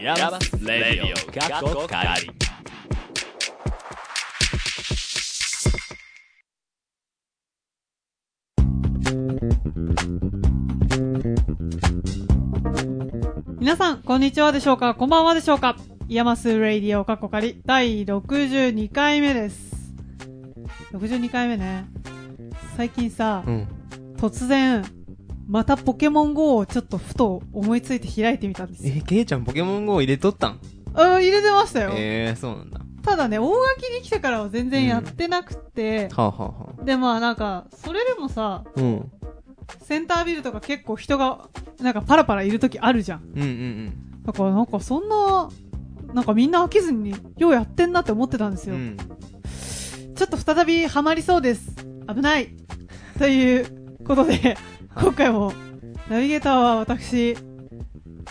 ヤマスレディオ過去仮皆さん、こんにちはでしょうかこんばんはでしょうかイヤマスレイディオカッコカリ第62回目です。62回目ね。最近さ、うん。突然、またポケモン GO をちょっとふと思いついて開いてみたんですよ。え、ケイちゃんポケモン GO 入れとったんあー入れてましたよ。えー、そうなんだ。ただね、大垣に来てからは全然やってなくて、はあ、はあはあ、で、まあなんか、それでもさ、うん。うんセンタービルとか結構人が、なんかパラパラいる時あるじゃん。うんうん。だからなんかそんな、なんかみんな飽きずに、ようやってんなって思ってたんですうよ。ん。ちょっと再びハマりそうです。危ない。 ということで、はい今回も、ナビゲーターは私、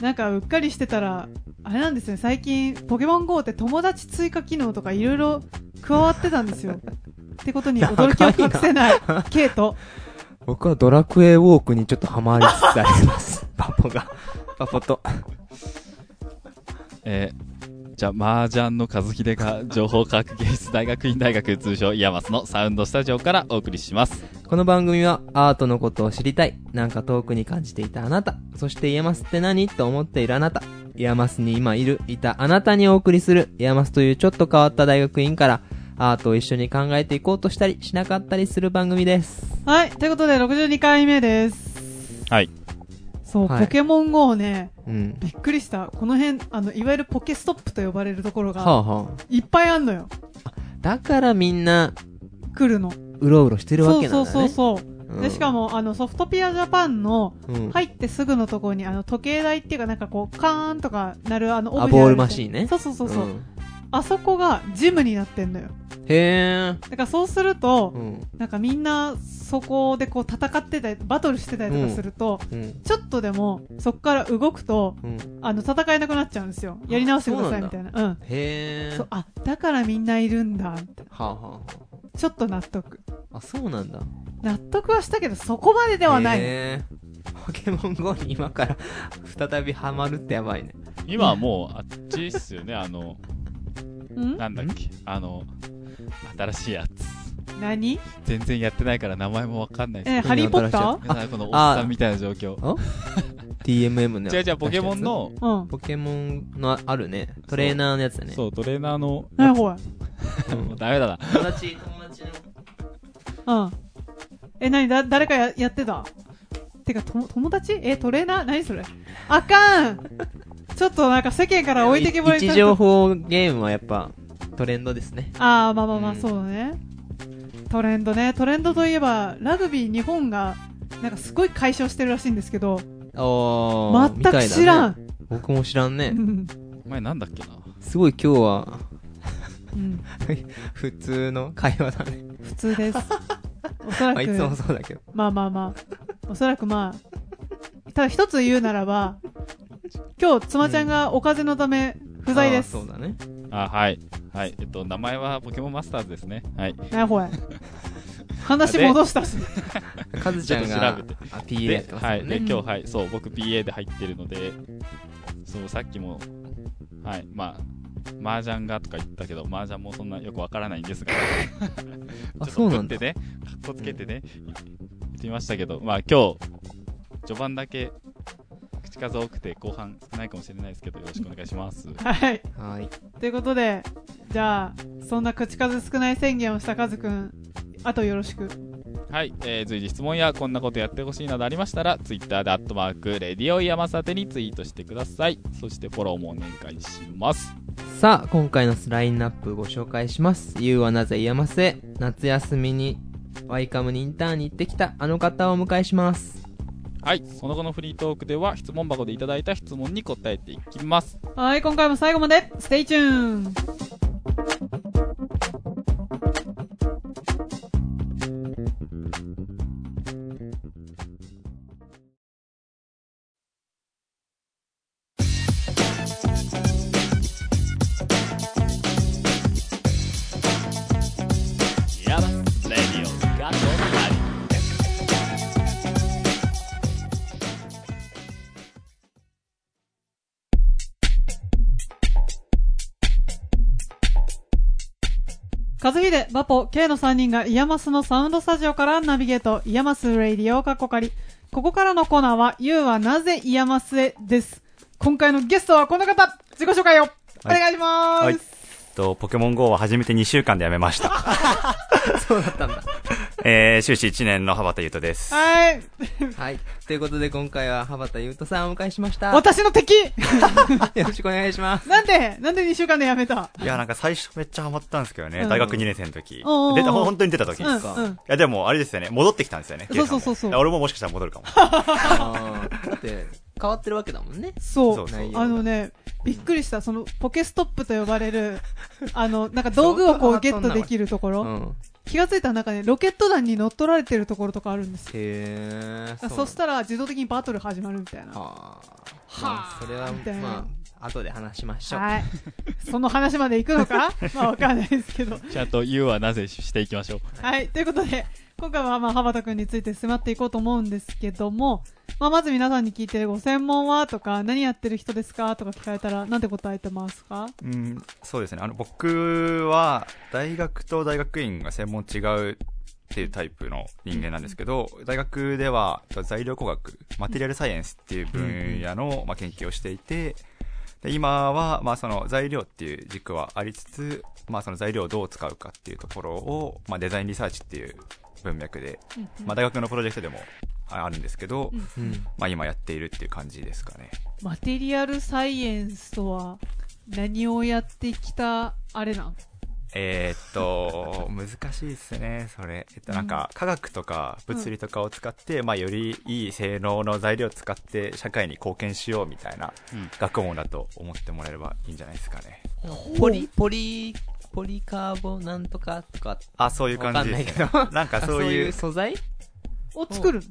なんかうっかりしてたら、あれなんですね、最近、ポケモン GO って友達追加機能とかいろいろ加わってた んですよ。ってことに驚きを隠せない、ケイト。僕はドラクエウォークにちょっとハマりつつあり ます。パポが。パポと。えーじゃあ、麻雀の和秀が情報科学芸術大学院大学通称イヤマスのサウンドスタジオからお送りします。この番組はアートのことを知りたい。なんか遠くに感じていたあなた。そしてイヤマスって何と思っているあなた。イヤマスに今いる、いたあなたにお送りする、イヤマスというちょっと変わった大学院から、アートを一緒に考えていこうとしたり、しなかったりする番組です。はい、ということで62回目です。はい。そう、はいポケモン GO ね、うん。びっくりした。この辺、あの、いわゆるポケストップと呼ばれるところはあが、はあ。いっぱいあんのよ。だからみんな、来るの。うろうろしてるわけなんだね。そうそうそうそう、うんでしかもあのソフトピアジャパンのうん入ってすぐのところにあの時計台っていうかなんかこうカーンとかなるあのあオブジェボーあるじゃんルマシーンねそうそうそうそう、んあそこがジムになってんのよへだからそうするとー。、ん。なんかみんなそこでこう戦ってたりバトルしてたりとかすると、うん。ちょっとでもそこから動くとうん。あの戦えなくなっちゃうんですよやり直してくださいあみたいなうんへー。そうあだからみんないるんだみたいなはあ、はあはちょっと納得あ、あ、そうなんだ。納得はしたけどそこまでではない、へーポケモン GO に今から 再びハマるってやばいね。今はもう、あっちっすよね、あの、うんなんだっけ、あの、新しいやつ。何全然やってないから名前もわかんないですえ、ハリーポッタ新ーし皆さんこのおっさんみたいな状況。 TMM ね。違う違う、ポケモンの、うん。ポケモンのあるね。トレーナーのやつだね。そう、トレーナーの、なるほもう ダメだな。友達、友達の。ど。うん。え、なにだ、誰かややってたてか、とも、友達え、トレーナー何それあかんちょっとなんか世間から置いてきぼり位置にされた情報ゲームはやっぱトレンドですね。あー、まあまあまあ、うんそうだね。トレンドね。トレンドといえば、ラグビー日本が、なんかすごい解消してるらしいんですけど、おー。全く知らみたいだね。ん。僕も知らんうね。ん。お前なんだっけな。すごい今日はうん。普通の会話だね。普通です。 おそらまあ、いつもく、そうだけど。まあまあまあ。おそらくまあ、ただ一つ言うならば、今日、妻ちゃんがお風邪のため不在です。あーそうだね。あ、はい。はい。えっと、名前はポケモンマスターズですね。はい。なほや。話戻し たし。カズちゃんがちょっと調べて、あ、PA やっでて、ますはもい。んで、ね。今日、はい。そう、僕 PA で入ってるので、そう、さっきも、はい。まあ、麻雀がとか言ったけど、麻雀もそんなよくわからないん ですが、あ、ちそょうっとな振っんだて。ね、かっこつけてね、言ってみましたけど、まあ今日、序盤だけ、口数多くて後半少ないかもしれないですけど、よろしくお願いします。はい。はい。ということで、じゃあ、そんな口数少ない宣言をしたカズくん、あとよろしく。 はい、えー随時質問やこんなことやってほしいなどありましたら、Twitter でアットマーク、レディオ山里にツイートしてください。そしてフォローもお願いします。さあ、今回のラインナップご紹介します。ゆうはなぜ言えません。夏休みに、ワイカムにインターンに行ってきたあの方をお迎えし ます。はい、その後のフリートークでは質問箱でいただいた質問に答えていきます。はい、今回も最後まで、ステイチューンイヤマスレディオが和秀、バポ、K の3人がイヤマスのサウンドスタジオからナビゲート、イヤマスレイディオカッコカリ。ここからのコーナーは、You はなぜイヤマスへです。今回のゲストはこの方、自己紹介を、お願いします。はいと、ポケモン GO は初めて2週間でやめ ました。そうだったんだ。えー、終始1年の羽端優斗です。はい。はい。ということで今回は、羽畑優斗さんをお迎えしました。私の敵よろしくお願いし ます。なんで、なんで2週間でやめたいや、なんか最初めっちゃハマったんですけどね。うん大学2年生の時。出た、おー本当に出た時。ういん、うかん。や、でもあれですよね。戻ってきたんですよね。そうそうそうそうケイさんもね俺ももしかしたら戻るかも。あーだって、変わってるわけだもんね。そう。そうそうあのね、びっくりした。その、ポケストップと呼ばれる、あの、なんか道具をこうゲットできるとこうろ。ん。気がついたらなんかね、ロケット弾に乗っ取られてるところとかあるんですよ。へー。そしたら自動的にバトル始まるみたいな。ははあ。はまあそれはみたい、なまあ、後で話しましょう。い。その話まで行く のかまあわかんないですけど。ちゃんと You はなぜしていきましょう。はい。ということで、今回はまあ、羽田くんについて迫っていこうと思うんですけども、まあ、まず皆さんに聞いて、ご専門はとか、何やってる人ですかとか聞かれたら、なんて答えてますかうん、そうですね。あの、僕は、大学と大学院が専門違うっていうタイプの人間なんですけど、大学ではえっと材料工学、マテリアルサイエンスっていう分野の、まあ、研究をしていて、で今は、まあ、その材料っていう軸はありつつ、まあ、その材料をどう使うかっていうところを、まあ、デザインリサーチっていう文脈で、まあ、大学のプロジェクトでもああるんですけど、うんうん。まあ、今やっているっていう感じですかね。マテリアルサイエンスとは、何をやってきた、あれなんえーっと、 難しいですね、それ。えっと、なんか、科学とか物理とかを使って、まあ、よりいい性能の材料を使って、社会に貢献しようみたいなうん学問だと思ってもらえればいいんじゃないですかね。ポリ、ポリ、ポリカーボなんとかとか、あ、そういう感じです、ね。わかんないけど なんかそういう、素材を作る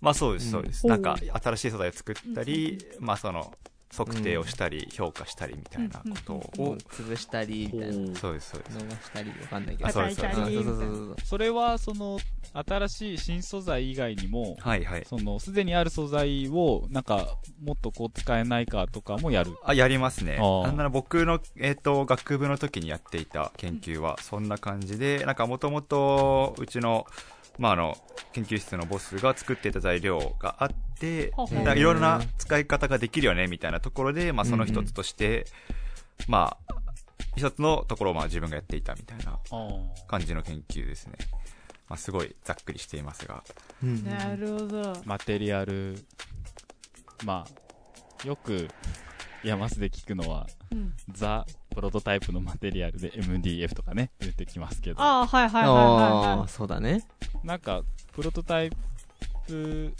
まあそうです、そうです。うんなんか、新しい素材を作ったり、まあその、測定をしたり、評価したりみたいなことをを、潰したり、みたいな。そうです、そうです。伸ばしたり、わかんないけど。あそうですうんそそううですそうそうそう。それは、その、新しい新素材以外にも、はいはい。その、すでにある素材を、なんか、もっとこう使えないかとかもやる。あ、やりますね。あーなんなら僕の、えっ、と、学部の時にやっていた研究は、そんな感じで、なんかもともと、うちの、まあ、あの、研究室のボスが作っていた材料があって、ほうほうなんかいろんな使い方ができるよね、みたいなところで、まあ、その一つとして、まあ、一つのところを、まあ、自分がやっていたみたいな感じの研究ですね。まあ、すごいざっくりしていますが。うんなるほど。マテリアル、まあ、よく、ヤマスで聞くのは、うん、ザ・プロトタイプのマテリアルで MDF とかね、出てきますけど、ああ、はいはいはいはい、あはあ、そうだね。なんか、プロトタイプ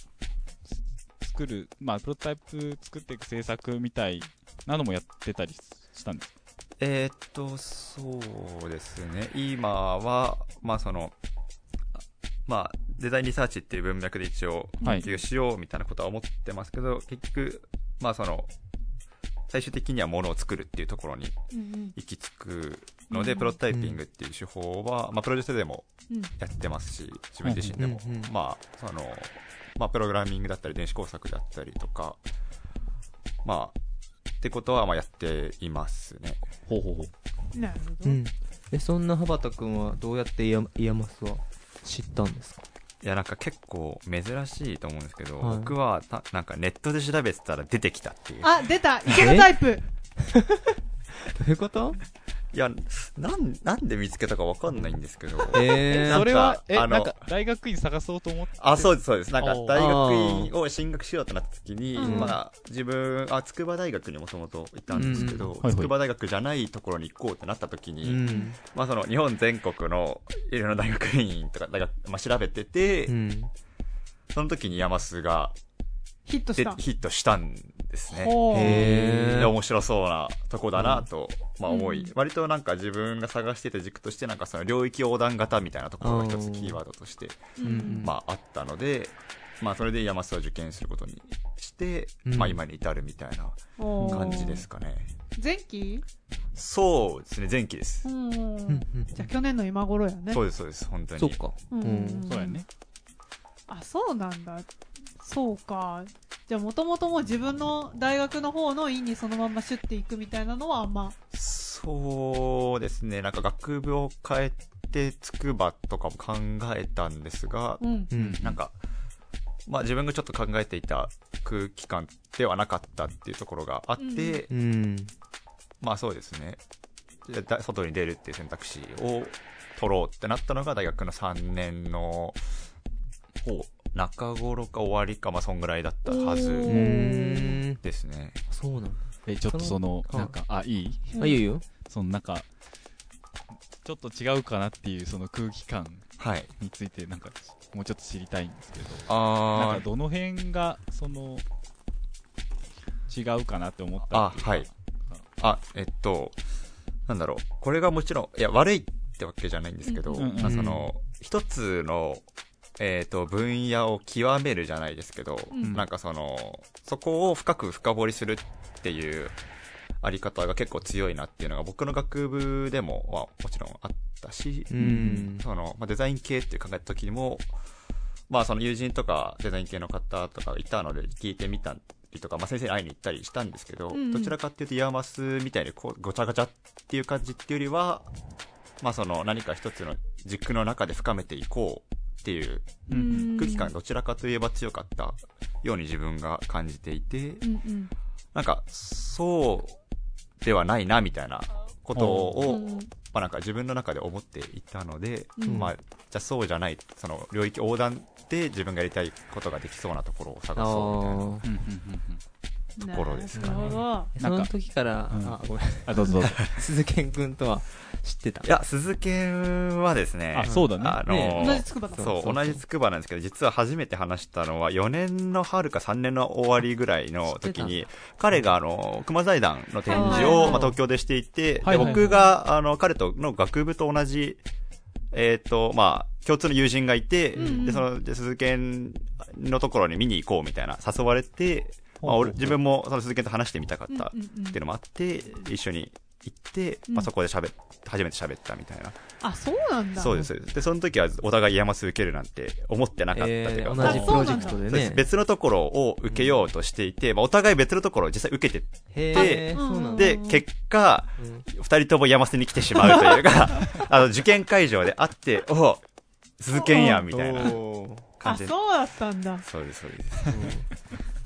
作る、まあ、プロトタイプ作っていく制作みたいなのもやってたりしたんですえーっと、そうですね。今は、まあその、まあデザインリサーチっていう文脈で一応は研い究しようみたいなことは思ってますけど、結局、まあその、最終的にはものを作るっていうところにい。うん行き着くので、うんプロトタイピングっていう手法は、まあプロジェクトでもうんうんやってますし、自分自身でも、うんうんうんまあその、まあプログラミングだったり電子工作だったりとか、まあ、ってことはまあやっていますね。ほうほうほう。なるほうど。ん。え、そんな羽畑くんはどうやってイヤイヤマスは知ったんですかいや、なんか結構珍しいと思うんですけど、はい僕はた、なんかネットで調べてたら出てきたっていう。あ、出た池のタイプどういうこといや、なん、なんで見つけたかわかんないんですけど。えなんかそれは、え、あのなんか、大学院探そうと思って。あ、そうです、そうです。なんかおう、大学院を進学しようとなった時に、うんまあ、自分、あ、筑波大学にもともと行ったんですけど、うんはいはい筑波大学じゃないところに行こうってなった時うに、ん。まあ、その、日本全国の、いろんな大学院とか、大学、まあ、調べてて、うん。その時に山須がヒットしでた。ヒットしたんですね。ほう。へでー面白そうなとこだなと、まあ思うい、ん割となんか自分が探してた軸としてなんかその領域横断型みたいなところが一つキーワードとして、うんうんまああったので、まあそれで山須を受験することにして、うんまあ今に至るみたいなおー感じですかね。前期そうですね、前期ですう。うんん。うんじゃあ去年の今頃やね。そうです、そうです、本当に。そうか。うんうんそうやね。あ、そうなんだ。そうか。じゃあもともともう自分の大学の方の院にそのままシュッていくみたいなのはあんま。そうですね。なんか学部を変えて、筑波とかも考えたんですが、うんう。ん。なんか、まあ自分がちょっと考えていた空気感ではなかったっていうところがあって、うん。まあそうですね。じゃあだ外に出るっていう選択肢を取ろうってなったのが大学の3年の、ほう、中頃か終わりか、まあそんぐらいだったはおうずーん。ですね。そうなんだ。えちょっとそのそなのんかあいいあ、いいよ。そのなんかちょっと違うかなっていうその空気感はい。についてなんかもうちょっと知りたいんですけどなんあかどの辺がその違うかなって思ったあ、はい。あ、えっと、なんだろう。これがもちろん、いや、悪いってわけじゃないんですけど、うんうんまあその、一つの、えっ、と、分野を極めるじゃないですけど、うんなんかその、そこを深く深掘りするっていう、あり方が結構強いなっていうのが僕の学部でも、まあ、もちろんあったし、うん。その、まあ、デザイン系って考えた時にも、まあその友人とかデザイン系の方とかいたので聞いてみたりとか、まあ先生に会いに行ったりしたんですけど、んうんどちらかっていうとイヤマスみたいにこうごちゃごちゃっていう感じっていうよりは、まあその何か一つの軸の中で深めていこうっていううん空気感がどちらかといえば強かったように自分が感じていて、うんうんなんかそうではないなみたいなことを、うんまあ、なんか自分の中で思っていたので、うんまあ、じゃあそうじゃないその領域横断で自分がやりたいことができそうなところをあ探そうみたいなーうんうんうんうんうんところですかねなるほどその時から、なんかあ、ごめん。あどうぞどうぞ鈴賢くんとは知ってたい。や鈴研はですねあそうだねあのね同じ筑波だそうそうそう同じ筑波なんですけど実は初めて話したのは4年の春か3年の終わりぐらいの時知に彼があの熊財団の展は示いはいはを、いまあ、東京でしていて、はいはいはいで僕があの彼との学部と同じえっ、とまあ共通の友人がいて、うんうんでそので鈴研のところに見に行こうみたいな誘われて、まあ、俺自分もその鈴研と話してみたかったうんうんうんっていうのもあって一緒に行って、まうんあ、そこで喋っ初めて喋ったみたいなあそうなんだそうです、そうです。で、その時はお互いイヤマス受けるなんて思ってなかったというえか、ー、同じプロジェクトでそうですね。別のところを受けようとしていて、まあ、お互い別のところを実際受けてへえ、そうなんだ。て、うん結果、うん二人ともイヤマスに来てしまうというか、あの、受験会場で会って、お鈴研やんみたいなおー感あじで。そうだったんだそうです、そうです。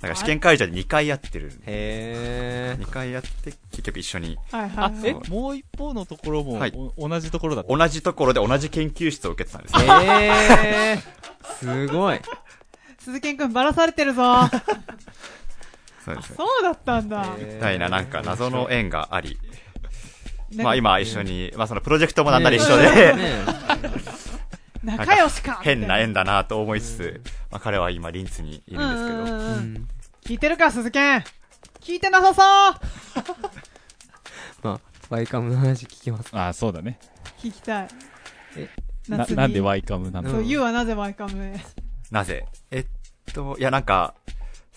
だから試験会場で2回やってる。へえ。 2回やって、結局一緒に、はいはあいはえいもう一方のところも、はいお同じところだった同じところで同じ研究室を受けてたんです ね。えー、すごい。鈴賢くんばらされてるぞあそうです。そうだったんだえーみたいな、なんか謎の縁があり、なんかまあ今一緒に、まあそのプロジェクトもなんなり一緒ねえで、ね 仲良しか変なみ縁だなと思いつつ、まあ彼は今リンツにいたるんですけうんうど、んえううんん聞いてるか鈴賢聞いてなさそうまあ、ワイカムの話聞きます。あそうだね聞きたいえな夏になんでワイカムなの、そううん言うはなぜワイカムへなぜえっと、いやなんか、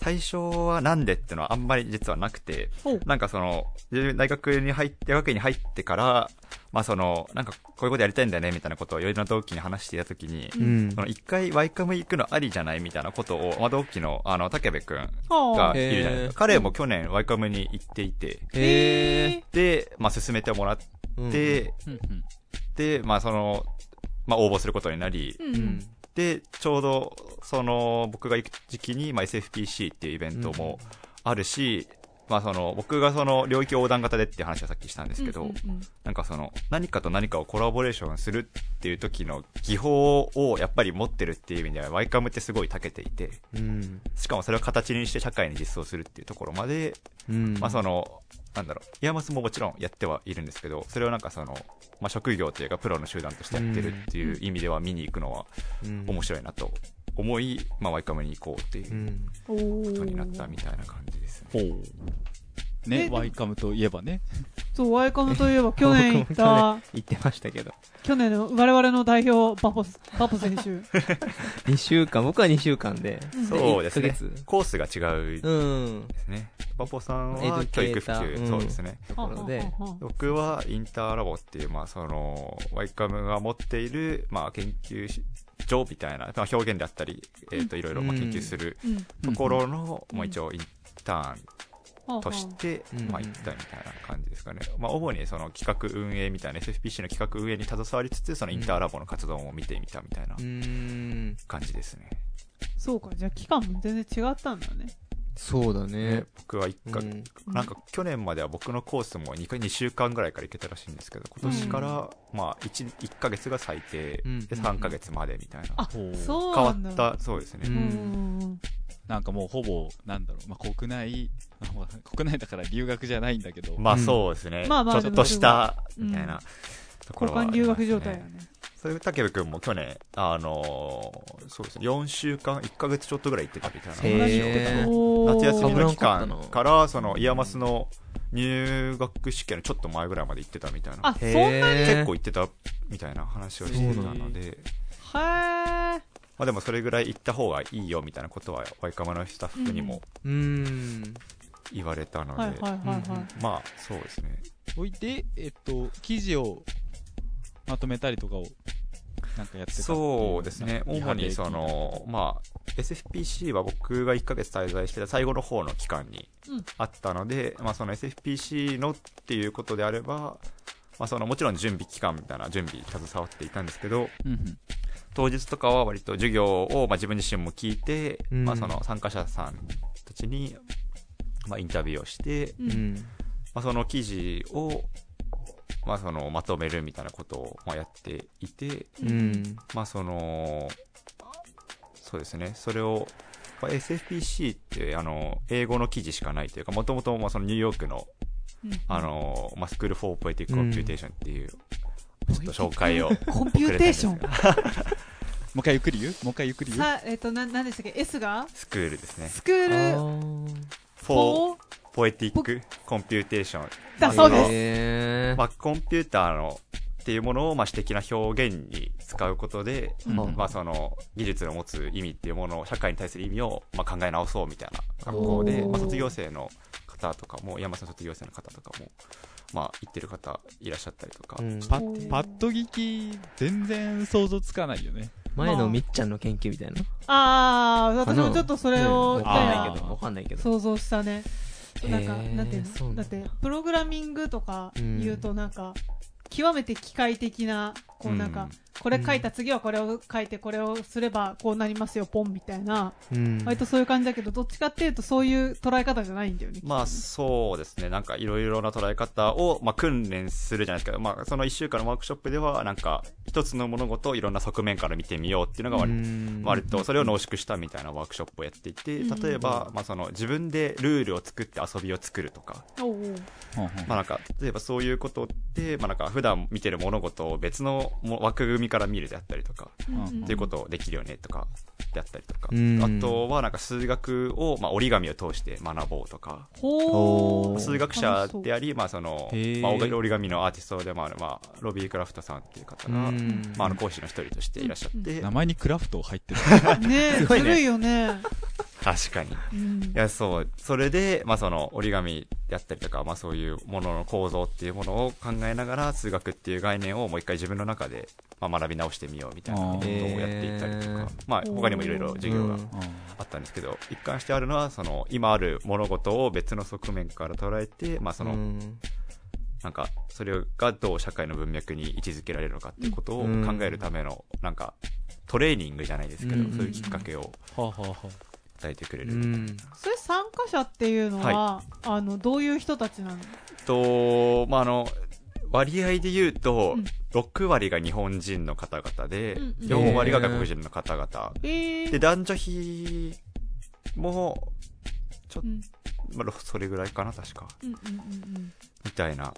最初はなんでってのはあんまり実はなくて、なんかその、大学に入って、大学院に入ってから、まあその、なんかこういうことやりたいんだよねみたいなことをいろいろな同期に話していたときに、うんそ。の一回ワイカム行くのありじゃないみたいなことを、まあ同期のあの竹部くんほうがえいるじゃないですへーか。彼も去年ワイカムに行っていて、へえ。で、まあ、進めてもらって、うん、うんうんで、まあ、その、まあ、応募することになり、うんううんん。で、ちょうど、その、僕が行く時期に、まあ、SFPC っていうイベントもあるし、まあ、その、僕がその、領域横断型でっていう話はさっきしたんですけど、うんうんうんなんかその、何かと何かをコラボレーションするっていう時の技法をやっぱり持ってるっていう意味では、ワイカムってすごい長けていて、うん。しかもそれを形にして社会に実装するっていうところまで、うん。まあその、なんだろう、イヤマスももちろんやってはいるんですけど、それをなんかその、まあ職業というかプロの集団としてやってるっていう意味では見に行くのはうん、。面白いなと思い、まあワイカムに行こうっていううんおことになっーたみたいな感じですね。ほうねえワイカムといえばねそうワイカムといえば去年行っ僕も去た年行ってましたけど。去年の我々の代表バポスバポ選手2週間、僕は2週間で。そうです1ねヶ月。コースが違うでうん。すね。バポさんエデュはケータ教ー育普及、うんそうですね。ところで。ははは僕はインターラボっていう、まあその、ワイカムが持っている、まあ研究所みたいな、まあ表現であったり、えっ、といろいろまあ研究するうんところの、もう一応インターンはあとして、うんまあ、行ったみたいな感じですかね。まあ、主にその企画運営みたいな、SFPC の企画運営に携わりつつ、そのインターラボの活動も見てみたみたいなうーん。感じですね。そうかじゃあ期間も全然違ったんだねそうだねで。僕は一う回、んなんか去年までは僕のコースも 2, 回2週間ぐらいから行けたらしいんですけど、今年から、まあ1、1ヶ月が最低、うんで3ヶ月までみたいな。あほうそう変なわんだった、そうですね。ううんんうんうんなんかもうほぼなんだろう、まあ、国内 まあ国内だから留学じゃないんだけど、まあそうですね。まあまあちょっとした、でもみたいな、うんとこ交ろはあり換ます留学状態だね。ねそれで武部君も去年、あのーそうですね、4週間、1ヶ月ちょっとぐらい行ってたみたいな。へーおー夏休みの期危なか間ったなから、その、イヤマスの入学試験のちょっと前ぐらいまで行ってたみたいな。あそんなにへー結構行ってたみたいな話をしてたので、はえまあでもそれぐらい行った方がいいよみたいなことは、ワイカマのスタッフにもうーん。言われたので、はいはいはいはいまあそうですね。おいて、えっと、記事をまとめたりとかをなんかやってたっていそうですね、なんか主にその、まあ、SFPC は僕が1ヶ月滞在してた最後の方の期間にうんあったので、まあ、その SFPC のっていうことであれば、まあ、そのもちろん準備期間みたいな準備に携わっていたんですけど、うんうん当日とかは割と授業を、まあ、自分自身も聞いて、うんまあ、その参加者さんたちに、まあ、インタビューをして、ううんん。まあ、その記事を、まあ、そのまとめるみたいなことを、まあ、やっていて、うん。まあそのそうですねそれをまあ SFPC ってあの英語の記事しかないというかもともとニューヨークのうんあの、まあ、スクール・フォー・ポエティック・コンピューテーションっていう、ちょっと紹介をコンピューテーショくれたんンですがもう一回ゆっくり言うもう一回ゆっくり言うさえっとな何でしたっけ S がスクールですねスクーあルーフォー・フォーポエティック・コンピューテーションだそうですへまあ、コンピューターのっていうものを、まあ、私的な表現に使うことで、うんまあ、その技術の持つ意味っていうものを社会に対する意味を、まあ、考え直そうみたいな学校で、おーまあ、卒業生の方とかも山さん卒業生の方とかも、まあ、行ってる方いらっしゃったりとか、うんパッパッと聞き全然想像つかないよね前のみっちゃんの研究みたいな。ああ私もちょっとそれをわねかんないあけど、わかんないけど。想像したねなんかへーなんていうそうなのんだだってプログラミングとか言うとなんか極めて機械的なこうなんうかんこれ書いた次はこれを書いてこれをすればこうなりますよポンみたいなうん。割とそういう感じだけどどっちかっていうとそういう捉え方じゃないんだよねまあそうですね、なんかいろいろな捉え方を、まあ、訓練するじゃないですけど、まあ、その1週間のワークショップでは、なんか一つの物事をいろんな側面から見てみようっていうのが割とうん割とそれを濃縮したみたいなワークショップをやっていてうん例えば、まあ、その自分でルールを作って遊びを作るとか,、おうおうほんほんまあ、なんか例えばそういうことって、まあ、なんか普段見てる物事を別のも枠組みから見るであったりとかうんうんっていうことをできるよねとかであったりとか、うんあとはなんか数学を、まあ、折り紙を通して学ぼうとか。ほおうー数学者であり、まあそのへーまあ、折り紙のアーティストでもある、まあ、ロビー・クラフトさんっていう方が、うんまあ、あの講師の一人としていらっしゃって、名前にクラフト入 ってるねえすずごいねるいよね確かにうんいや、そう。それで、まあ、その、折り紙であったりとか、まあ、そういうものの構造っていうものを考えながら、数学っていう概念をもう一回自分の中で、まあ、学び直してみようみたいなことをやっていったりとへーか、まあ、他にもいろいろ授業がうんあったんですけど、一貫してあるのは、その、今ある物事を別の側面から捉えて、まあ、そうの、んなんか、それがどう社会の文脈に位置づけられるのかっていうことを考えるための、なんか、トレーニングじゃないですけうど、んそういうきっかけをはあはあはあ与えてくれうる。んそれ参加者っていうのは、あのどういう人たちなのと、まあ、あの、割合で言うと、うん6割が日本人の方々で、うんうん4割が外国人の方々。ええで、男女比も、うんまあ、それぐらいかな、確か。うんうんうんうんみたいな。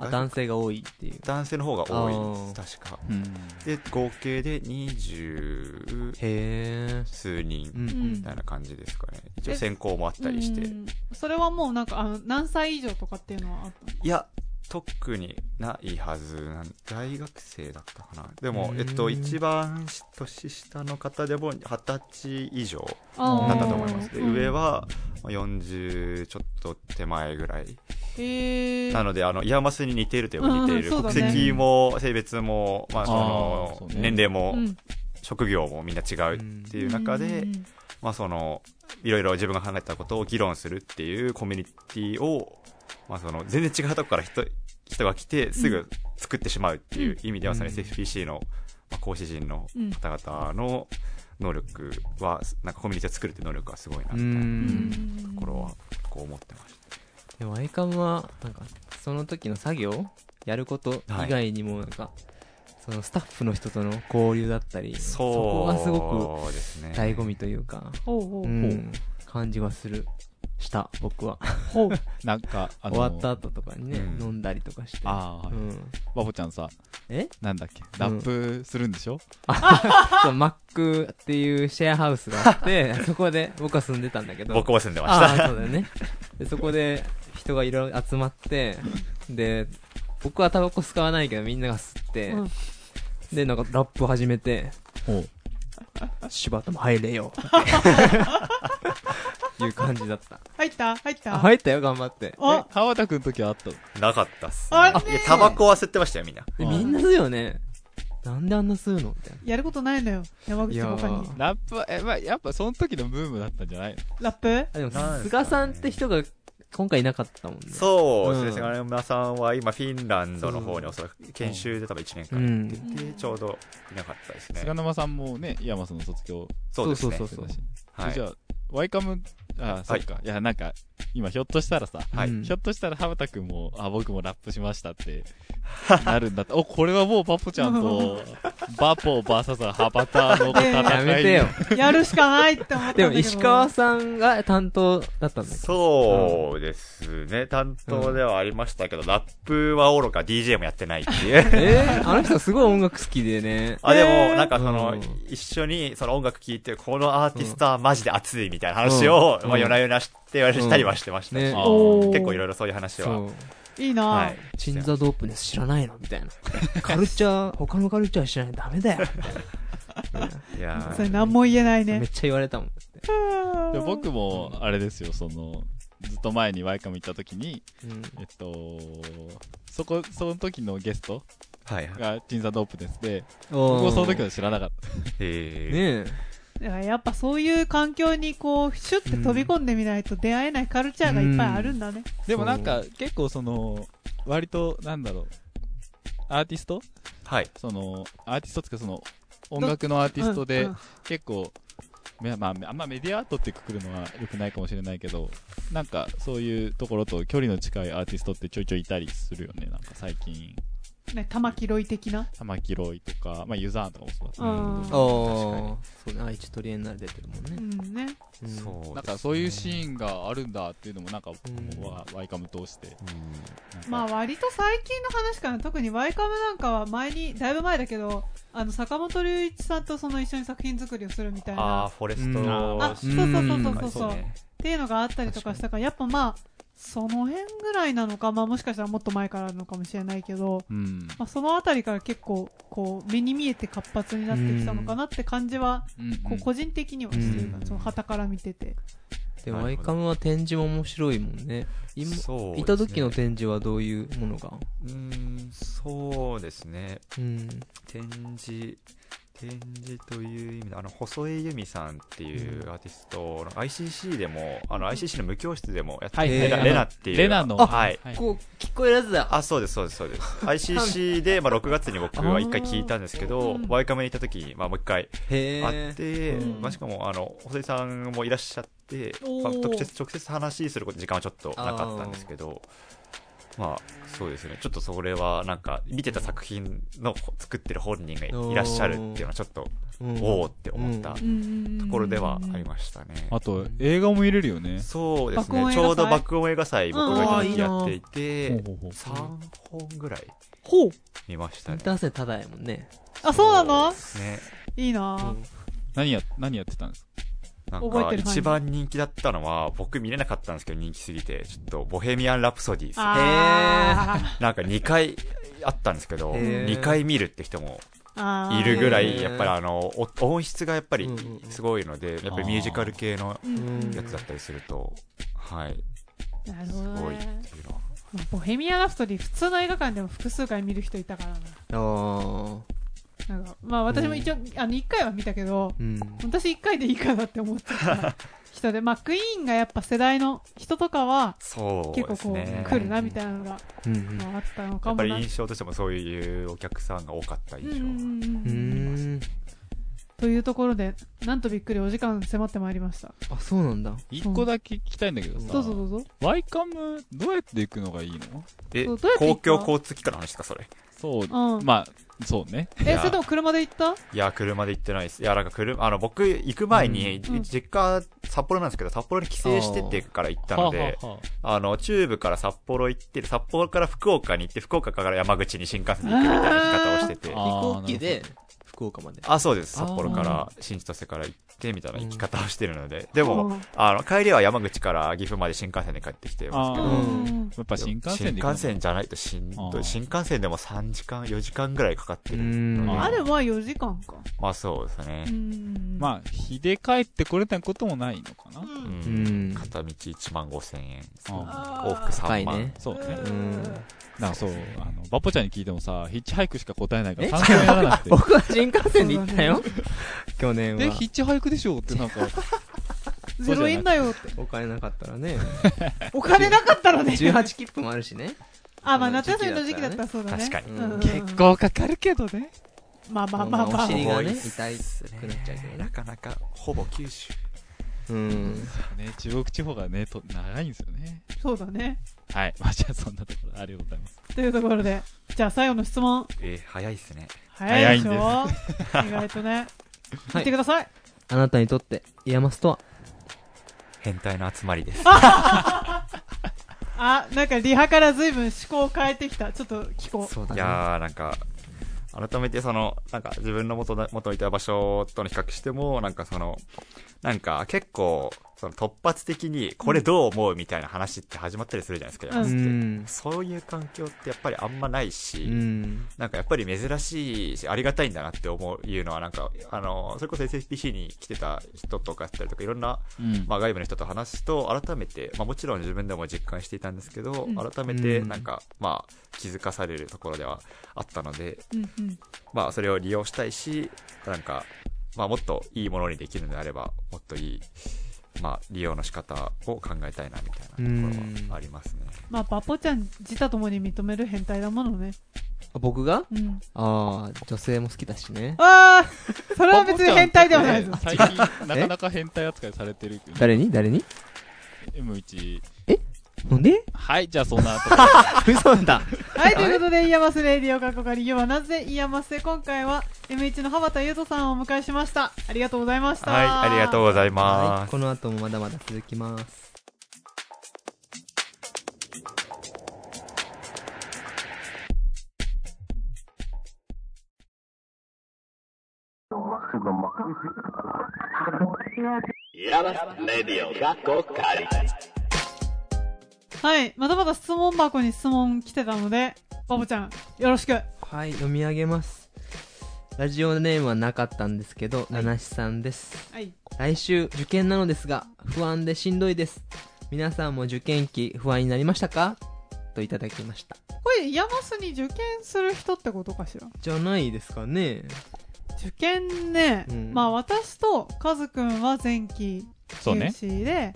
あ男性が多いっていう。男性の方が多いあです、確か。うんで、合計で20へ数人え。う。んうんみたいな感じですかね。一応え選考もあったりして。うんそれはもうなんかあの何歳以上とかっていうのはあったいや、特にないはずなん、大学生だったかな。でもう、んえっと、一番年下の方でも二十歳以上のなんだと思います。で、うん上はまあ40ちょっと手前ぐらい。へえなので、あの、イヤマスに似ているといえば似ている。うんうんそうだ国ね籍も性別も、まあ、そあーそのう、ね年齢もう、ん職業もみんな違うっていう中で、うんうんうんまあ、その、いろいろ自分が考えたことを議論するっていうコミュニティを、まあその、全然違うとこから人、人が来て、すぐ作ってしまうっていう意味では、そのうん SFPC の、まあ、講師陣の方々の能力は、なんかコミュニティを作るっていう能力はすごいな、う。みたいなんところは、こう思ってました。でも、アイカムは、なんか、その時の作業やること以外にも、なんか、そのスタッフの人との交流だったり、こがすごそうですねく醍醐味というか、おうおうう、ん、感じはする。した、僕は。 ほうなんか、あの終わった後とかにね、うん飲んだりとかして。ああ、はういん。バボちゃんさ、えなんだっけ、ラップするんでしょそう、マックっていうシェアハウスがあって、そこで僕は住んでたんだけど。僕も住んでました。ああ、そうだよ ね。で、そこで人がいろいろ集まって、で、僕はタバコ吸わないけどみんなが吸って、うんで、なんかラップ始めて、おう柴田も入れよって いう感じだった。入った入っあ、た入ったよ、頑張って。えあ、川田くんの時はあったのなかったっす、あね。いや、タバコは吸ってましたよ、みんな。でみんな吸うよね。なんであんな吸うのみたいな。やることないのよ。山口とかいやにー。ラップは、え、まあ、やっぱその時のブームだったんじゃないのラップあ、でもなん、ですか菅ねさんって人が今回いなかったもんね。そうですうね、ん菅沼さんは今、フィンランドの方におそらく研修で多分1年間行ってて、ちょうどいなかったですね。菅沼さんもね、山その卒業そうですね。そうそしうてたそうし。はいじゃあ、ワイカム、あ、そっか。いや、なんか、今ひょっとしたらさ、はいうんひょっとしたら、羽田くんも、あ、僕もラップしました って、なるんだって。お、これはもう、パポちゃんと、バポバーサスハバタの戦い。やめてよ。。やるしかないって思ったんだけでど。も、石川さんが担当だった んだっけそうですね、担当ではありましたけど、ラップはおろか DJ もやってないって いう。えー、あの人すごい音楽好きでね。あ、でえも、ーなんかそうんの、一緒にその音楽聴いて、このアーティストはマジで熱いみたいな話を、うんうまあん夜な夜なして、したりはしてましたし、ねあおー結構いろいろそういう話は。う。いいなぁ、はい。チンザドープネス知らないのみた いな。カルチャー、他のカルチャー知らないとダメだよ。いやーそれ何も言えないめっね。ちゃ言われたもん。で僕も、あれですよ、その、ずっと前にワイカム行った時に、うん。えっと、そこ、その時のゲストはいはい。が、チンザドープですで、僕僕もその時は知らなかった。えーねえ。だからやっぱそういう環境にこう、シュッて飛び込んでみないと出会えないカルチャーがいっぱいあるんだね。でもなんか結構その割となんだろうアーティストはい。そのアーティストっていうかその音楽のアーティストうでんうん結構めまあ、あんまメディアアートってくくるのは良くないかもしれないけどなんかそういうところと距離の近いアーティストってちょいちょいいたりするよねなんか最近ね、玉木ロイ的な。玉木ロイとか、まあ、ユザーンとかもそうだったうんけああど、そうね。愛知トリエンナーレ出てるもんうね。んね。んそうですねなんかそういうシーンがあるんだっていうのもなんか、んわワイカム通してなんかまあ割と最近の話かな。特にワイカムなんかは前に、だいぶ前だけど、あの、坂本龍一さんとその一緒に作品作りをするみたいああ、な。フォレストうんをあ、しそうそうそうそうそうそそうう。ね。っていうのがあったりとかしたから、やっぱまあ、その辺ぐらいなのか、まあもしかしたらもっと前からなのかもしれないけど、うんまあそのあたりから結構、こう、目に見えて活発になってきたのかなって感じは、うんうんこう、個人的にはしてるかうら、んその旗から見てて。でなも、るアイほどカムは展示も面白いもんね。今、そういた時のですね展示はどういうものがうーん、そうですね。うん。展示、展示という意味で、あの、細江由美さんっていうアーティストの ICC でも、あの、ICC の無教室でもやって、はいレナえーレナっていう。レナのあはい。はいこう、聞こえるやつだ。あ、そうです、そうです、そうです。ICC で、まあ、6月に僕は一回聞いたんですけあどー、ワイカムに行った時に、まあ、もう一回へあえっ。て、うんまあ、しかもあの細井さんもいらっしゃって、おーまあ、直接直接話すること時間はちょっとなかったんですけどまあそうですねちょっとそれはなんか見てた作品の作ってる本人がいいらっしゃるっていうのはちょっとうんおおって思ったうとところではありましたね。あと映画も見れるよねそうです爆音映画祭ね。ちょうど爆音映画祭僕が行ったうん時うんやっていてほうほうほう、 3本ぐらいほう見ましたインね。ターセンタだやもんね。あ、そうなのね。いいな何や何やってたんですかなん覚えかてる範囲一番人気だったのは、僕見れなかったんですけど人気すぎて、ちょっとボヘミアン・ラプソディですねあーなんか2回あったんですけど、へー2回見るって人もあ ー。いるぐらへい、ーやっぱりあの、お音質がやっぱりうんうんうんすごいので、やっぱりミュージカル系のうんうんやつだったりすると、はい、なるすほどごいっていね。うのは。まあボヘミアン・ラプソディ普通の映画館でも複数回見る人いたからな。ああ。なんか、まあ私も一応、あの、一回は見たけど、うん。私一回でいいかなって思ってた。人で、まあ、クイーンがやっぱ世代の人とかは、そ結うで構すこう、ね。来るなみたいなのが、うんうんまああったのやかっもな。ぱり印象としてもそういうお客さんが多かったうんう印ん象。うんううんーんというところで、なんとびっくりお時間迫ってまいりました。あそうなんだ一個だけ聞きたいんだけどさ、どうぞどうぞ。ワイカム、どうやって行くのがいいのえ、そ公うどうやって行った共交通機関の話ですか、それ。そう、うん。まあ、そうね。え、それとも車で行ったいや、車で行ってないです。いや、なんか車、あの、僕、行く前に、うん実家、札幌なんですけど、札幌に帰省しててから行ったので、はあはあはあの、中部から札幌行って、札幌から福岡に行って、福岡から山口に新幹線で行くみたいな生き方をしてて、あーあ飛行機で福岡までそうです。札幌かあら、新千歳から行って、みたいな生き方をしてるので、でも、うんあの、帰りは山口から岐阜まで新幹線で帰ってきてますけあど、うんやっぱ新幹線で行新くの幹線じゃないとしんあどーい。新幹線でも3時間、4時間ぐらいかかってうるのんで。あれは4時間か。まあそうですねう。ん。まあ、日で帰ってこれないこともないのかな、あう。うん。うんん片道1万5千円。あ往復高3いね万。そうね。うんなんかそう、あの、バッポちゃんに聞いてもさ、ヒッチハイクしか答えないからえ参考にならなくて。僕は新幹線で行ったよ 去 年で、はヒッチハイクでしょってなんか、ゼロ円だよって。お金なかったらね お金なかったらね。 18切符もあるしねあ、まあ夏休みの時期だったらそうだね。確かに。うんうん結構かかるけどね。まあまあまあままああお。尻がね多いっす痛いくなっちゃうけどねなかなか、ほぼ九州。うん ね、中国地方がね、と長いんですよね。そうだね。はい。まあ、じゃあそんなところ、ありがとうございます。というところで、じゃあ最後の質問。えー、早いですね。早いでしょ意外とね。言ってください。あなたにとってイヤマスとは変態の集まりです。あ、なんかリハから随分思考を変えてきた。ちょっと聞こそうだいねやー、なんか、改めてその、なんか自分の元だ元いた場所との比較しても、なんかその、なんか結構、その突発的に、これどう思うみたいな話って始まったりするじゃないですか、やっぱうーんそういう環境ってやっぱりあんまないし、うんなんかやっぱり珍しいし、ありがたいんだなって思ういうのは、なんか、あの、それこそ SFPC に来てた人とかだったりとか、いろんな、うんまあ、外部の人と話すと、改めて、まあ、もちろん自分でも実感していたんですけど、うん改めて、うんなんか、まあ、気づかされるところではあったので、う。うんうん。まあ、それを利用したいし、なんか、まあ、もっといいものにできるのであれば、もっといい、まあ、利用の仕方を考えたいな、みたいなところはありますね。まあ、バポちゃん自他ともに認める変態だものね。あ僕がうん。ああ女性も好きだしねああ、それは別に変態ではないぞ。最近、なかなか変態扱いされてるけど。誰に誰に M1。なんではい、じゃあそんなとこ嘘 だはい、ということで、イヤマスレディオ過去り、今はなぜイヤマスで今回は M1 の羽畑優斗さんをお迎えしました。ありがとうございました。はい、ありがとうございはまいす。この後もまだまだ続きますはい、またまた質問箱に質問来てたので、バボちゃん、よろしく。はい読み上げますラジオネームはなかったんですけど、ナナシさんです。はい。来週受験なのですが、不安でしんどいです。皆さんも受験期不安になりましたかといただきました。これ、イヤマスに受験する人ってことかしらじゃないですかね。受験ね、うんまあ私とカズくんは前期そう入ね。試で、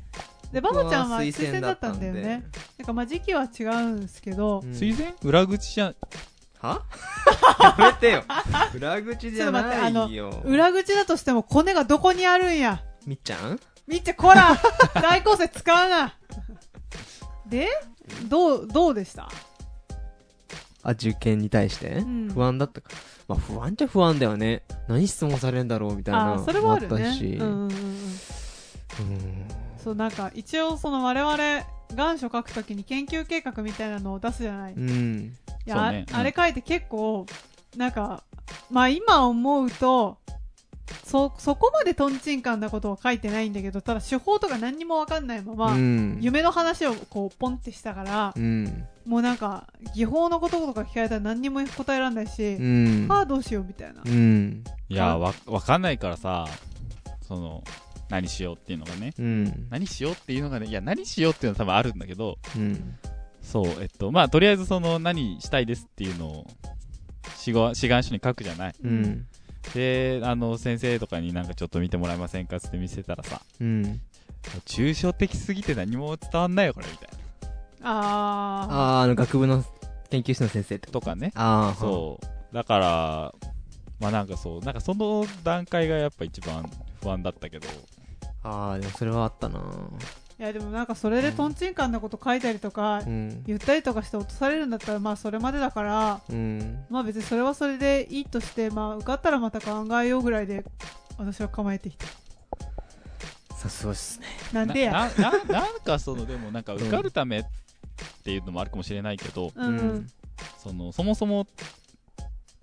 で、バボちゃんは推薦だったんだよね。。なんかまあ時期は違うんですけど、うん推薦裏口じゃん。は やめてよ。裏口じゃないよ。裏口だとしてもコネがどこにあるんや。みっちゃんみっちゃん、こ ら大高生使うなで、どう、どうでしたあ、受験に対して、ん不安だったか。まあ不安じゃ不安だよね。何質問されるんだろうみたいな。あー、それはあるあったね。し。うんうんうんううんん。そう、なんか一応その我々、願書書くときに研究計画みたいなのを出すじゃない。うん。いや、そうあねうんあれ書いて結構、なんか、まあ今思うと、そ、そこまでトンチンカンなことは書いてないんだけど、ただ手法とか何にもわかんないまま、うん夢の話をこうポンってしたからう、ん。もうなんか、技法のこととか聞かれたら何にも答えられないし、うん。ああ、どうしようみたいなう。ん。いや、わ、わかんないからさ、その、何しようっていうのがね。うん。何しようっていうのがね、いや、何しようっていうのは多分あるんだけど、うん。そう、えっと、まあ、とりあえずその、何したいですっていうのを、志願志願書に書くじゃない。うん。で、あの、先生とかになんかちょっと見てもらえませんかっつって見せたらさ、うん。抽象的すぎて何も伝わんないよ、これ、みたいな。ああー、あの、学部の研究室の先生ってことかね。ああ、そう。だから、まあなんかそう、なんかその段階がやっぱ一番不安だったけど、う。ああ、でもそれはあったなあいやでもなんかそれでとんちんかんなこと書いたりとかうん。言ったりとかして落とされるんだったらまあそれまでだからうん。まあ別にそれはそれでいいとしてまあ受かったらまた考えようぐらいで私は構えてきたさすがっすね。なんでやななな なんかその、でもなんか受かるためっていうのもあるかもしれないけど、う。うんそのそもそも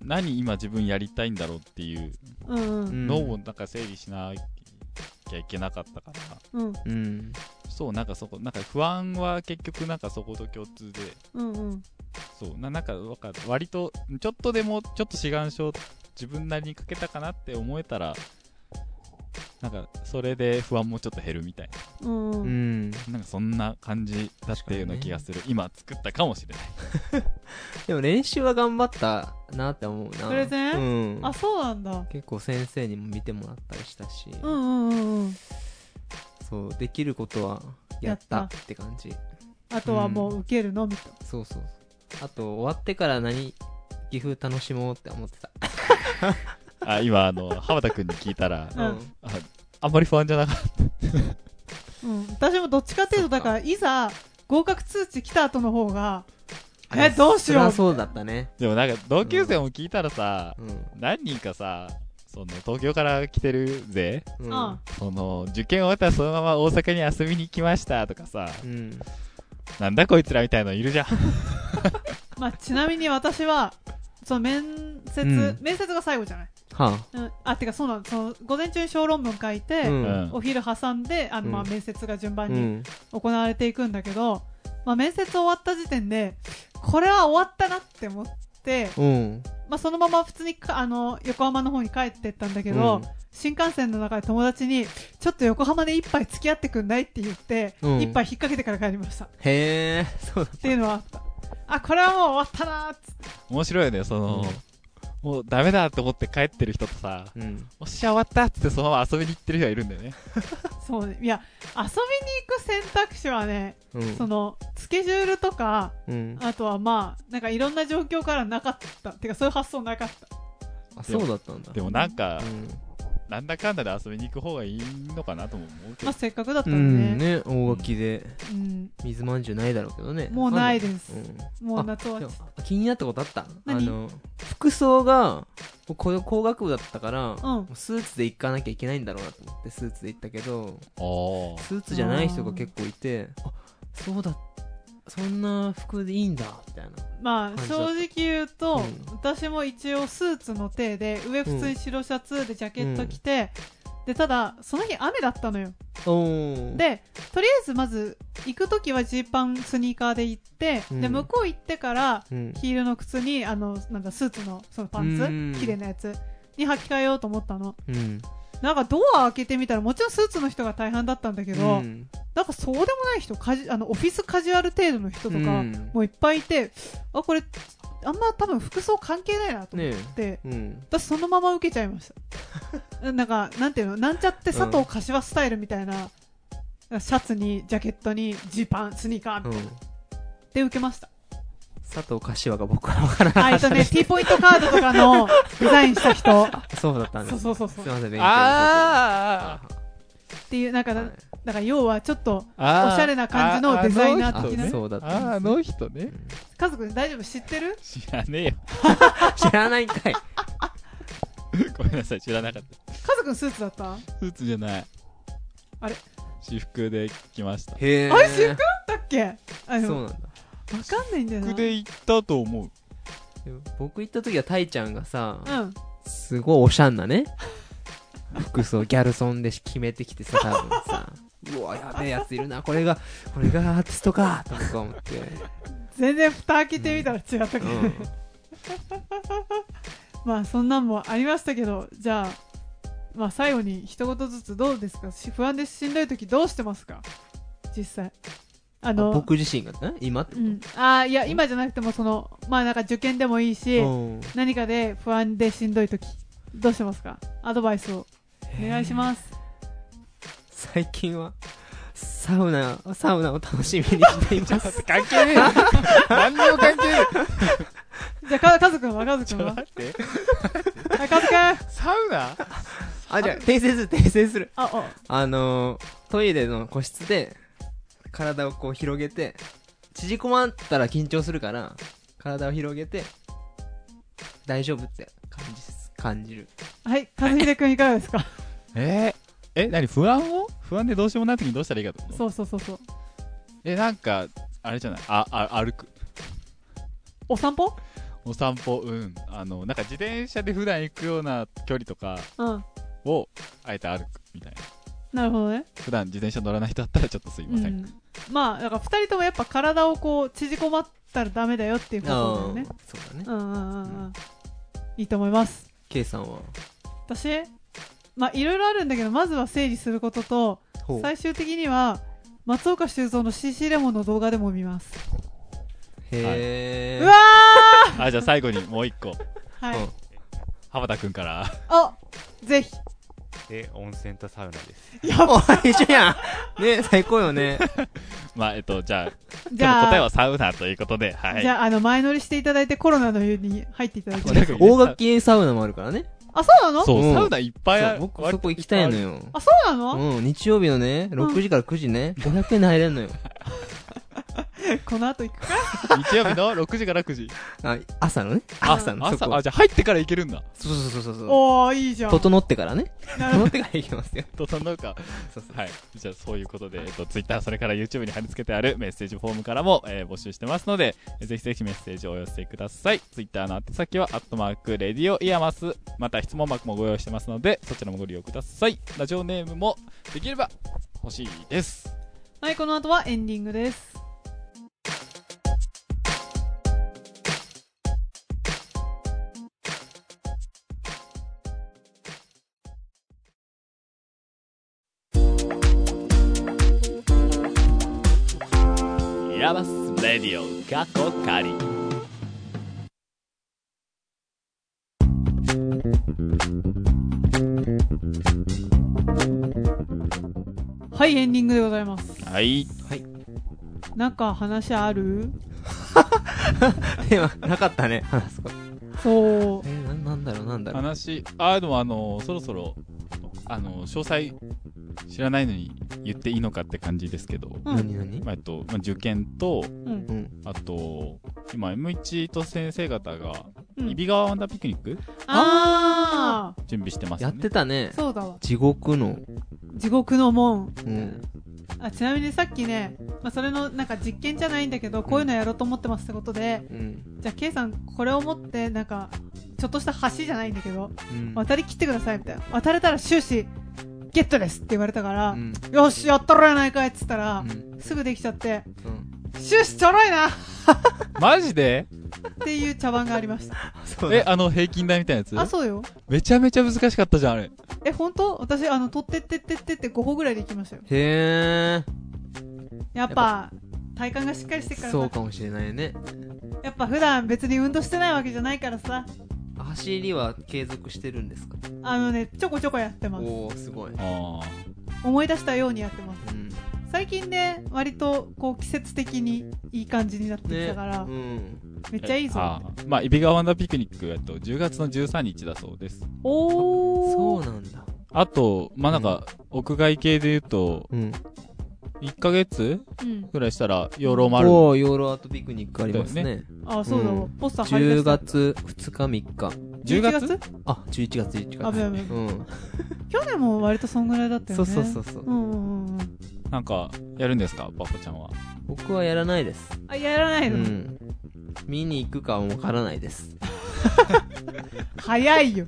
何今自分やりたいんだろうっていううんうん脳をなんか整理しなきゃいけなかったから、うんうん。そうなんかそこなんか不安は結局なんかそこと共通でうんうんそうななんかわか割とちょっとでもちょっと志願症自分なりにかけたかなって思えたらなんかそれで不安もちょっと減るみたいうんううんん。ななんかそんな感じだったような気がする、今作ったかもしれないでも練習は頑張ったなって思うな。プレゼンうん。あそうなんだ結構先生にも見てもらったりしたし、うんうんうんうんそう、できることはやったやっったて感じ。あとはもう受けるのみとそうそうそう。あと、終わってから何、岐阜楽しもうって思ってた。あ今あの浜田君に聞いたらうんああんまり不安じゃなかったうん私もどっちかっていうとだからいざ合格通知来た後の方があえどうしそりよゃうそうだったね。でもなんか同級生も聞いたらさ、うん。何人かさその東京から来てるぜうん。あその受験終わったらそのまま大阪に遊びに来ましたとかさうん。なんだこいつらみたいのいるじゃん まあ、ちなみに私は、その面接、うん面接が最後じゃない、はうん、あ、てかそうなの、その午前中に小論文書いあ。て、うんお昼挟んで、あの、まあ、うん面接が順う番にん。行われていくんだけど、まあ、面接終わった時点で、これは終わったなって思って、うん。まあ、そのまま普通にか、あの、横浜の方に帰ってったんだけど、新幹線の中で友達に、ちょっと横浜で一杯付き合ってくんないって言って、うん一杯引っ掛けてから帰りました。っへえ、そうだ。ていうのはあった。あ、これはもう終わったなーっつって。面白いよねその、もうダメだと思って帰ってる人とさうん。おっしゃ終わったっつってそのまま遊びに行ってる人がいるんだよねそうね。いや、遊びに行く選択肢はね、うん。その、スケジュールとか、うん。あとはまあ、なんかいろんな状況からなかった。てか、そういう発想なかった。あ、そうだったんだ。でもなんか、うなんだかんだで遊びに行く方がいいのかなとも思うけまあ、どせっかくだったん。うらん。ね。ね、大垣で。うん。水まんじゅうないだろうけどね。もうないですあるのうんもう夏ではも、気になったことあったあ何の、服装が、この工学部だったから、もうスーツで行かなきゃいけないんだろうなと思って、スーツで行ったけど、おースーツじゃない人が結構いて、あ、そうだ、そんな服でいいんだ、みたいな。まあ、感じだった正直言うと、うん私も一応スーツの体で、上普通に白シャツでジャケット着て、で、ただ、その日雨だったのよ。おー、で、とりあえずまず、行く時はジーパン、スニーカーで行って、うんで、向こう行ってから、うん。ヒールの靴にあのなんだスーツのそのパンうんツ綺麗なやつに履き替えようと思ったのうん。なんかドア開けてみたらもちろんスーツの人が大半だったんだけうど、んなんかそうでもない人カジあのオフィスカジュアル程度の人とかうんもういっぱいいて、あこれあんま多分服装関係ないなと思ねって、え。うん。私そのまま受けちゃいまし たなんかなんていうのなんちゃって佐藤柏スタイルみたいな、シャツにジャケットにジーパンスニーカーみたういんな。で受けました佐藤柏が僕はわからなかっあえっと たねです。 T ポイントカードとかのデザインした人そうだったんで そうす。そうそうそうすいません、勉強不足で。あーっていうなんかだはいだから要はちょっとあーおしゃれな感じのデザイナーあ的なあそうだったんあですの人ね家族大丈夫知ってる知らねえよ 知らないんかい。ごめんなさい知らなかった家族のスーツだったスーツじゃない。あれ私服で来ました。へえ。あれ私服だっけあでそうもなんだ。わかんないんだよな服で行ったと思う。でも僕行った時はタイちゃんがさ、うんすごいおしゃんなね。服装ギャルソンで決めてきてさ、多分さ。うわ、やべえやついるな。これが、これがアーティストか、と僕は思って。全然蓋開けてみたら違ったけど、うん。まあそんなんもありましたけどじゃあまあ最後に一言ずつどうですかし不安でしんどい時どうしてますか実際あの僕自身がね、今ってうこん、あーいや今じゃなくてもそのまあなんか受験でもいいし、とうん。何かで不安でしんどい時どうしてますかアドバイスをお願いします最近は、サウナ、サウナを楽しみにしています。 関係 ねえ何にも関係ねじゃあ、か、かずくんは、かずえちくょんっとは。待ってはい、かずくんあ、サウナあ、じゃあ、訂正する、訂正する。お、あのー、トイレの個室で、体をこう広げて、縮こまったら緊張するから、体を広げて、大丈夫って感じです。感じる。はい、かずひでくんいかがですかえー、え、何不安を不安でどうしようもない時にどうしたらいいかと思うそうそうそうそう。え、なんか、あれじゃないあ、あ、歩く。お散歩お散歩、うん。あの、なんか自転車で普段行くような距離とかうん。を、あえて歩くみたいな。なるほどね。普段自転車乗らない人だったらちょっとすいうません。ん。まあ、だから二人ともやっぱ体をこう、縮こまったらダメだよっていうことだよねあ。ーそうだね。うんうんうんうん。いいと思います。ケイさんは、私、まあ、いろいろあるんだけど、まずは整理することと、ほう。最終的には、松岡修造の CC レモンの動画でも見ます。へー。うわあ、じゃあ最後にもう一個。ーはい。うん浜田くんから。 あぜひ。で、温泉とサウナ です。お一緒やんね最高よ ね。まあ、えっと、じゃあ、今じ日ゃのあ、答えはサウナということで、はい。じゃあ、あの、前乗りしていただいて、コロナの湯に入っていただいて。大垣サウナもあるからね。あ、そうなのそう、うんサウナいっぱいあそうる。僕そこ行きたいのよ。あ、そうなの、うん、日曜日のね、6時から9時ね、500円で入れん のよ。この後行くか 日曜日の6時から9時。あ、朝のね。あ朝の、そ朝、こあ、。じゃあ入ってから行けるんだ。そうそうそうそうそう。おー、いいじゃん。整ってからね。な整るほっど。てから行きますよ。と、そんなか。そうそう。はい。じゃあ、そういうことで、えっと、Twitter、それから YouTube に貼り付けてあるメッセージフォームからも、えー募集してますので、えーぜひぜひメッセージをお寄せください。Twitter の宛先は、アットマーク、レディオイヤマス。また、質問幕もご用意してますので、そちらもご利用ください。ラジオネームも、できれば、欲しいです。はい、この後はエンディングです。イヤマスレディオ、過去仮。はい、エンディングでございます。はい。なんか話あるでは、なかったね、話すこと。そうえ。ー、ななんだろう、なんだろう。話、あ、でもあの、そろそろ、あの、詳細、知らないのに言っていいのかって感じですけど、うん何何まあえっと、まあ、受験と、うん。うん。あと、今 M1 と先生方が、うん揖斐川ワンダーピクニックあー準備してますやよっねて。たね。そうだわ。地獄の。地獄の門。うん。あちなみにさっきね、まあ、それのなんか実験じゃないんだけど、こういうのやろうと思ってますってことで、うん。じゃあ、ケイさん、これを持って、なんか、ちょっとした橋じゃないんだけど、うん。渡り切ってくださいみたいな。渡れたら終始、ゲットですって言われたから、うん。よし、やったろやないかいっつったらう、ん。すぐできちゃって、うん。終始ちょろいなっマジでていう茶番がありました。そうえ、だ。あの、平均台みたいなやつあ、そうよ。めちゃめちゃ難しかったじゃん、あれ。え、本当私、あの、取ってってってってって5歩ぐらいで行きましたよ。へやっぱ、体幹がしっかりしてるかー。らそうさ。かもしれないね。やっぱ普段別に運動してないわけじゃないからさ。走りは継続してるんですかあのね、ちょこちょこやってます。おー、すごい。あ思い出したようにやってます。うん。最近ね、割と、こう、季節的にいい感じになってきね。たから、うん。めっちゃいいあぞ。ーまあ、揖斐川ワンダーピクニック、えっと、10月の13日だそうです。そおー。うなんだ。あと、まあ、なんか、屋外系で言うと、うん。 1ヶ月うん。ぐらいしたら、養老丸。おー、ヨーロアートピクニックありますだね。あ、そうだわ。うんポスター貼り出10した。月2日3日。 10月あ、11月11あ、月。ぶやぶや。うん。去年も割とそんぐらいだったそようね。そうそうそうう。んうんうん。なんか、やるんですかパコちゃんは。僕はやらないです。あ、やらなういの、ん。見に行くかはわからないです。早いよ。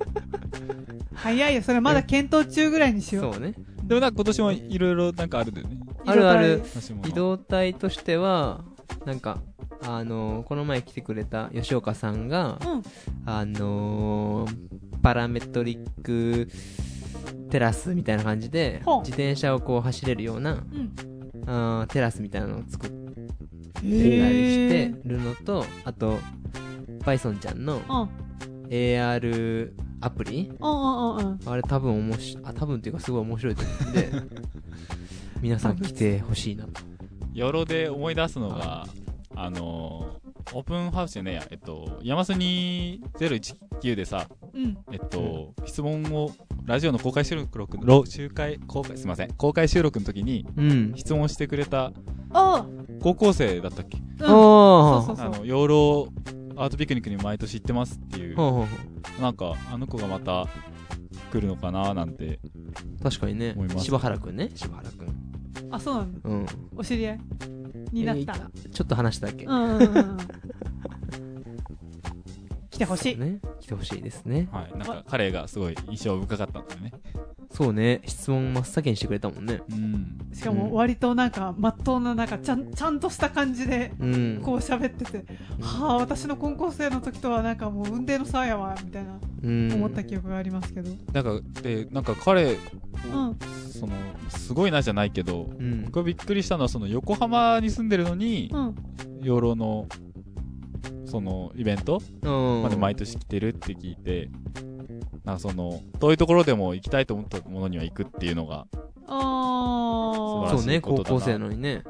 早いよ。それまだ検討中ぐらいにしよう。そうね。でもなんか今年もいろいろなんかあるんだよね。あるある色々。私も移動体としては、なんか、あのーこの前来てくれた吉岡さんが、うん。あのーパラメトリックテラスみたいな感じで、ほう自転車をこう走れるような、うん。あーテラスみたいなのを作ってみたりしへてー。るのと、あと、バイソンちゃんのうん。うん AR アプリうんうんうん。 あれ多分面白い、あ、多分っていうかすごい面白いと思うんで、皆さん来てほしいなと。よろで思い出すのが、あのー、オープンハウスじゃねえや、えっと、山洲に019でさ、うん。えっと、質問を、ラジオの公開収録の、集会、公開、すいません、公開収録の時にうん。質問してくれたあ高校生だったっけあ、うん。おそうー。あの、養老アートピクニックに毎年行ってますっていう、ほうほうほなんか、あの子がまた来るのかななんて、う確かにね思いま。す柴原くんね。柴原くん。あ、そうなんだ。うん。お知り合いになった。ちょっと話しただけ。うんうんうんうん。来てほしい。ね。来てほしいですね。はい、なんか彼がすごい印象深かったんだよね。そうね。質問真っ先にしてくれたもんね。うん。しかうんも割となんか、まっとうな、なんかちゃん、ちゃんとした感じで、うん。こう喋ってて、はあ、私の高校生の時とはなんかもう運転の差やわ、みたいなうん。思った記憶がありますけど。なんか、で、なんか彼、うん。その、すごいなじゃないけど、うん。僕がびっくりしたのは、その横浜に住んでるのに、うん。養老の、その、イベントうん。まで毎年来てるって聞いて、なんかその、遠いところでも行きたいと思ったものには行くっていうのが、あ素晴らしいそうね、こと高だな校生なのにね。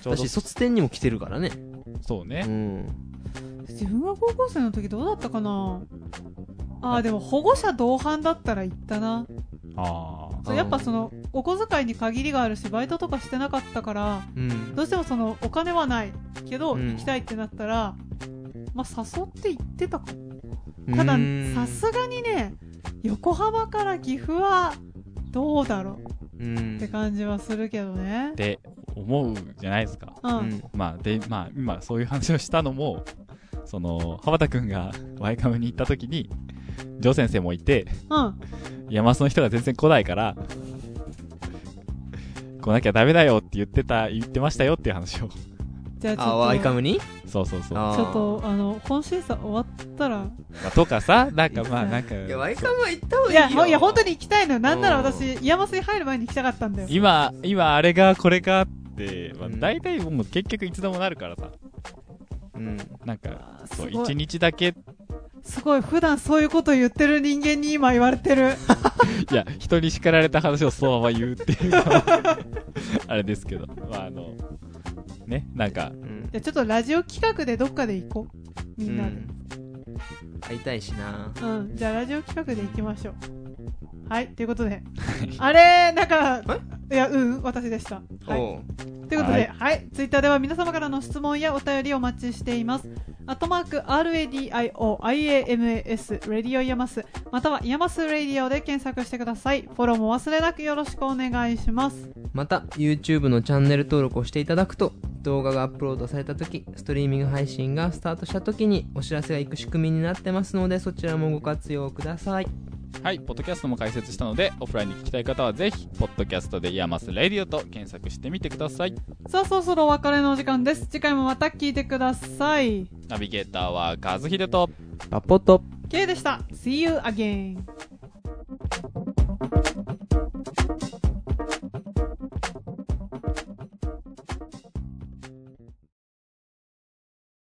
ちょうど私、、卒展にも来てるからね。そううね。ん。あ。自分が高校生の時どうだったかなああ、でも保護者同伴だったら行ったな。ああ。そうやっぱその、お小遣いに限りがあるし、バイトとかしてなかったから、うん。どうしてもそのお金はないけど、うん行きたいってなったら、まあ、誘って行ってたかただうんさすがにね横浜から岐阜はどうだろうんうって感じはするけどねって思うじゃないですか。うん、うんまあ、で、まあ、今、そういう話をしたのも、その、羽端くんがワイカムに行った時に、ジョー先生もいて、うん、山須の人が全然来ないから、来なきゃダメだよって言ってた、言ってましたよっていう話を。じゃあちあ、ょワイっカとムにそうそうそう。まあーちょっとあの本審査終わったらあ、とかさ、なんかまあ、なんか、いや、ワイカムは行った方がいいいよ。やほいや本当に行きたいのよなんならうん私イヤマスに入る前に行きたかったんだよ今、今、あれが、これがって、まあ、うん大体もう結局いつでもなるからさ、うん。なんか、あーそう、すご一い日だけ、いすごい普段そういうこと言ってる人間に今言われてるや、人に叱られた話をそのまま言うっていう、あれですけど、まあ、あの、ね、なんか、うんじゃあちょっとラジオ企画でどっかで行こうみんなで、うん会いたいしな。うん、じゃあラジオ企画で行きましょう。はい、ということで。あれなんか、いや、うん、私でした。はい。おうということはで、いはい。ツイッターでは皆様からの質問やお便りをお待ちしています。アットマーク、RADIOIAMAS、レディオイヤマス、またはイヤマスレディオで検索してください。フォローも忘れなくよろしくお願いします。また、YouTube のチャンネル登録をしていただくと、動画がアップロードされた時、ストリーミング配信がスタートした時にお知らせがいく仕組みになってますので、そちらもご活用ください。はい、ポッドキャストも解説したので、オフラインに聞きたい方はぜひ、ポッドキャストでイヤマスレディオと検索してみてください。さあ、そろそろお別れのお時間です。次回もまた聞いてください。ナビゲーターは和秀と、パポと K でした。See you again.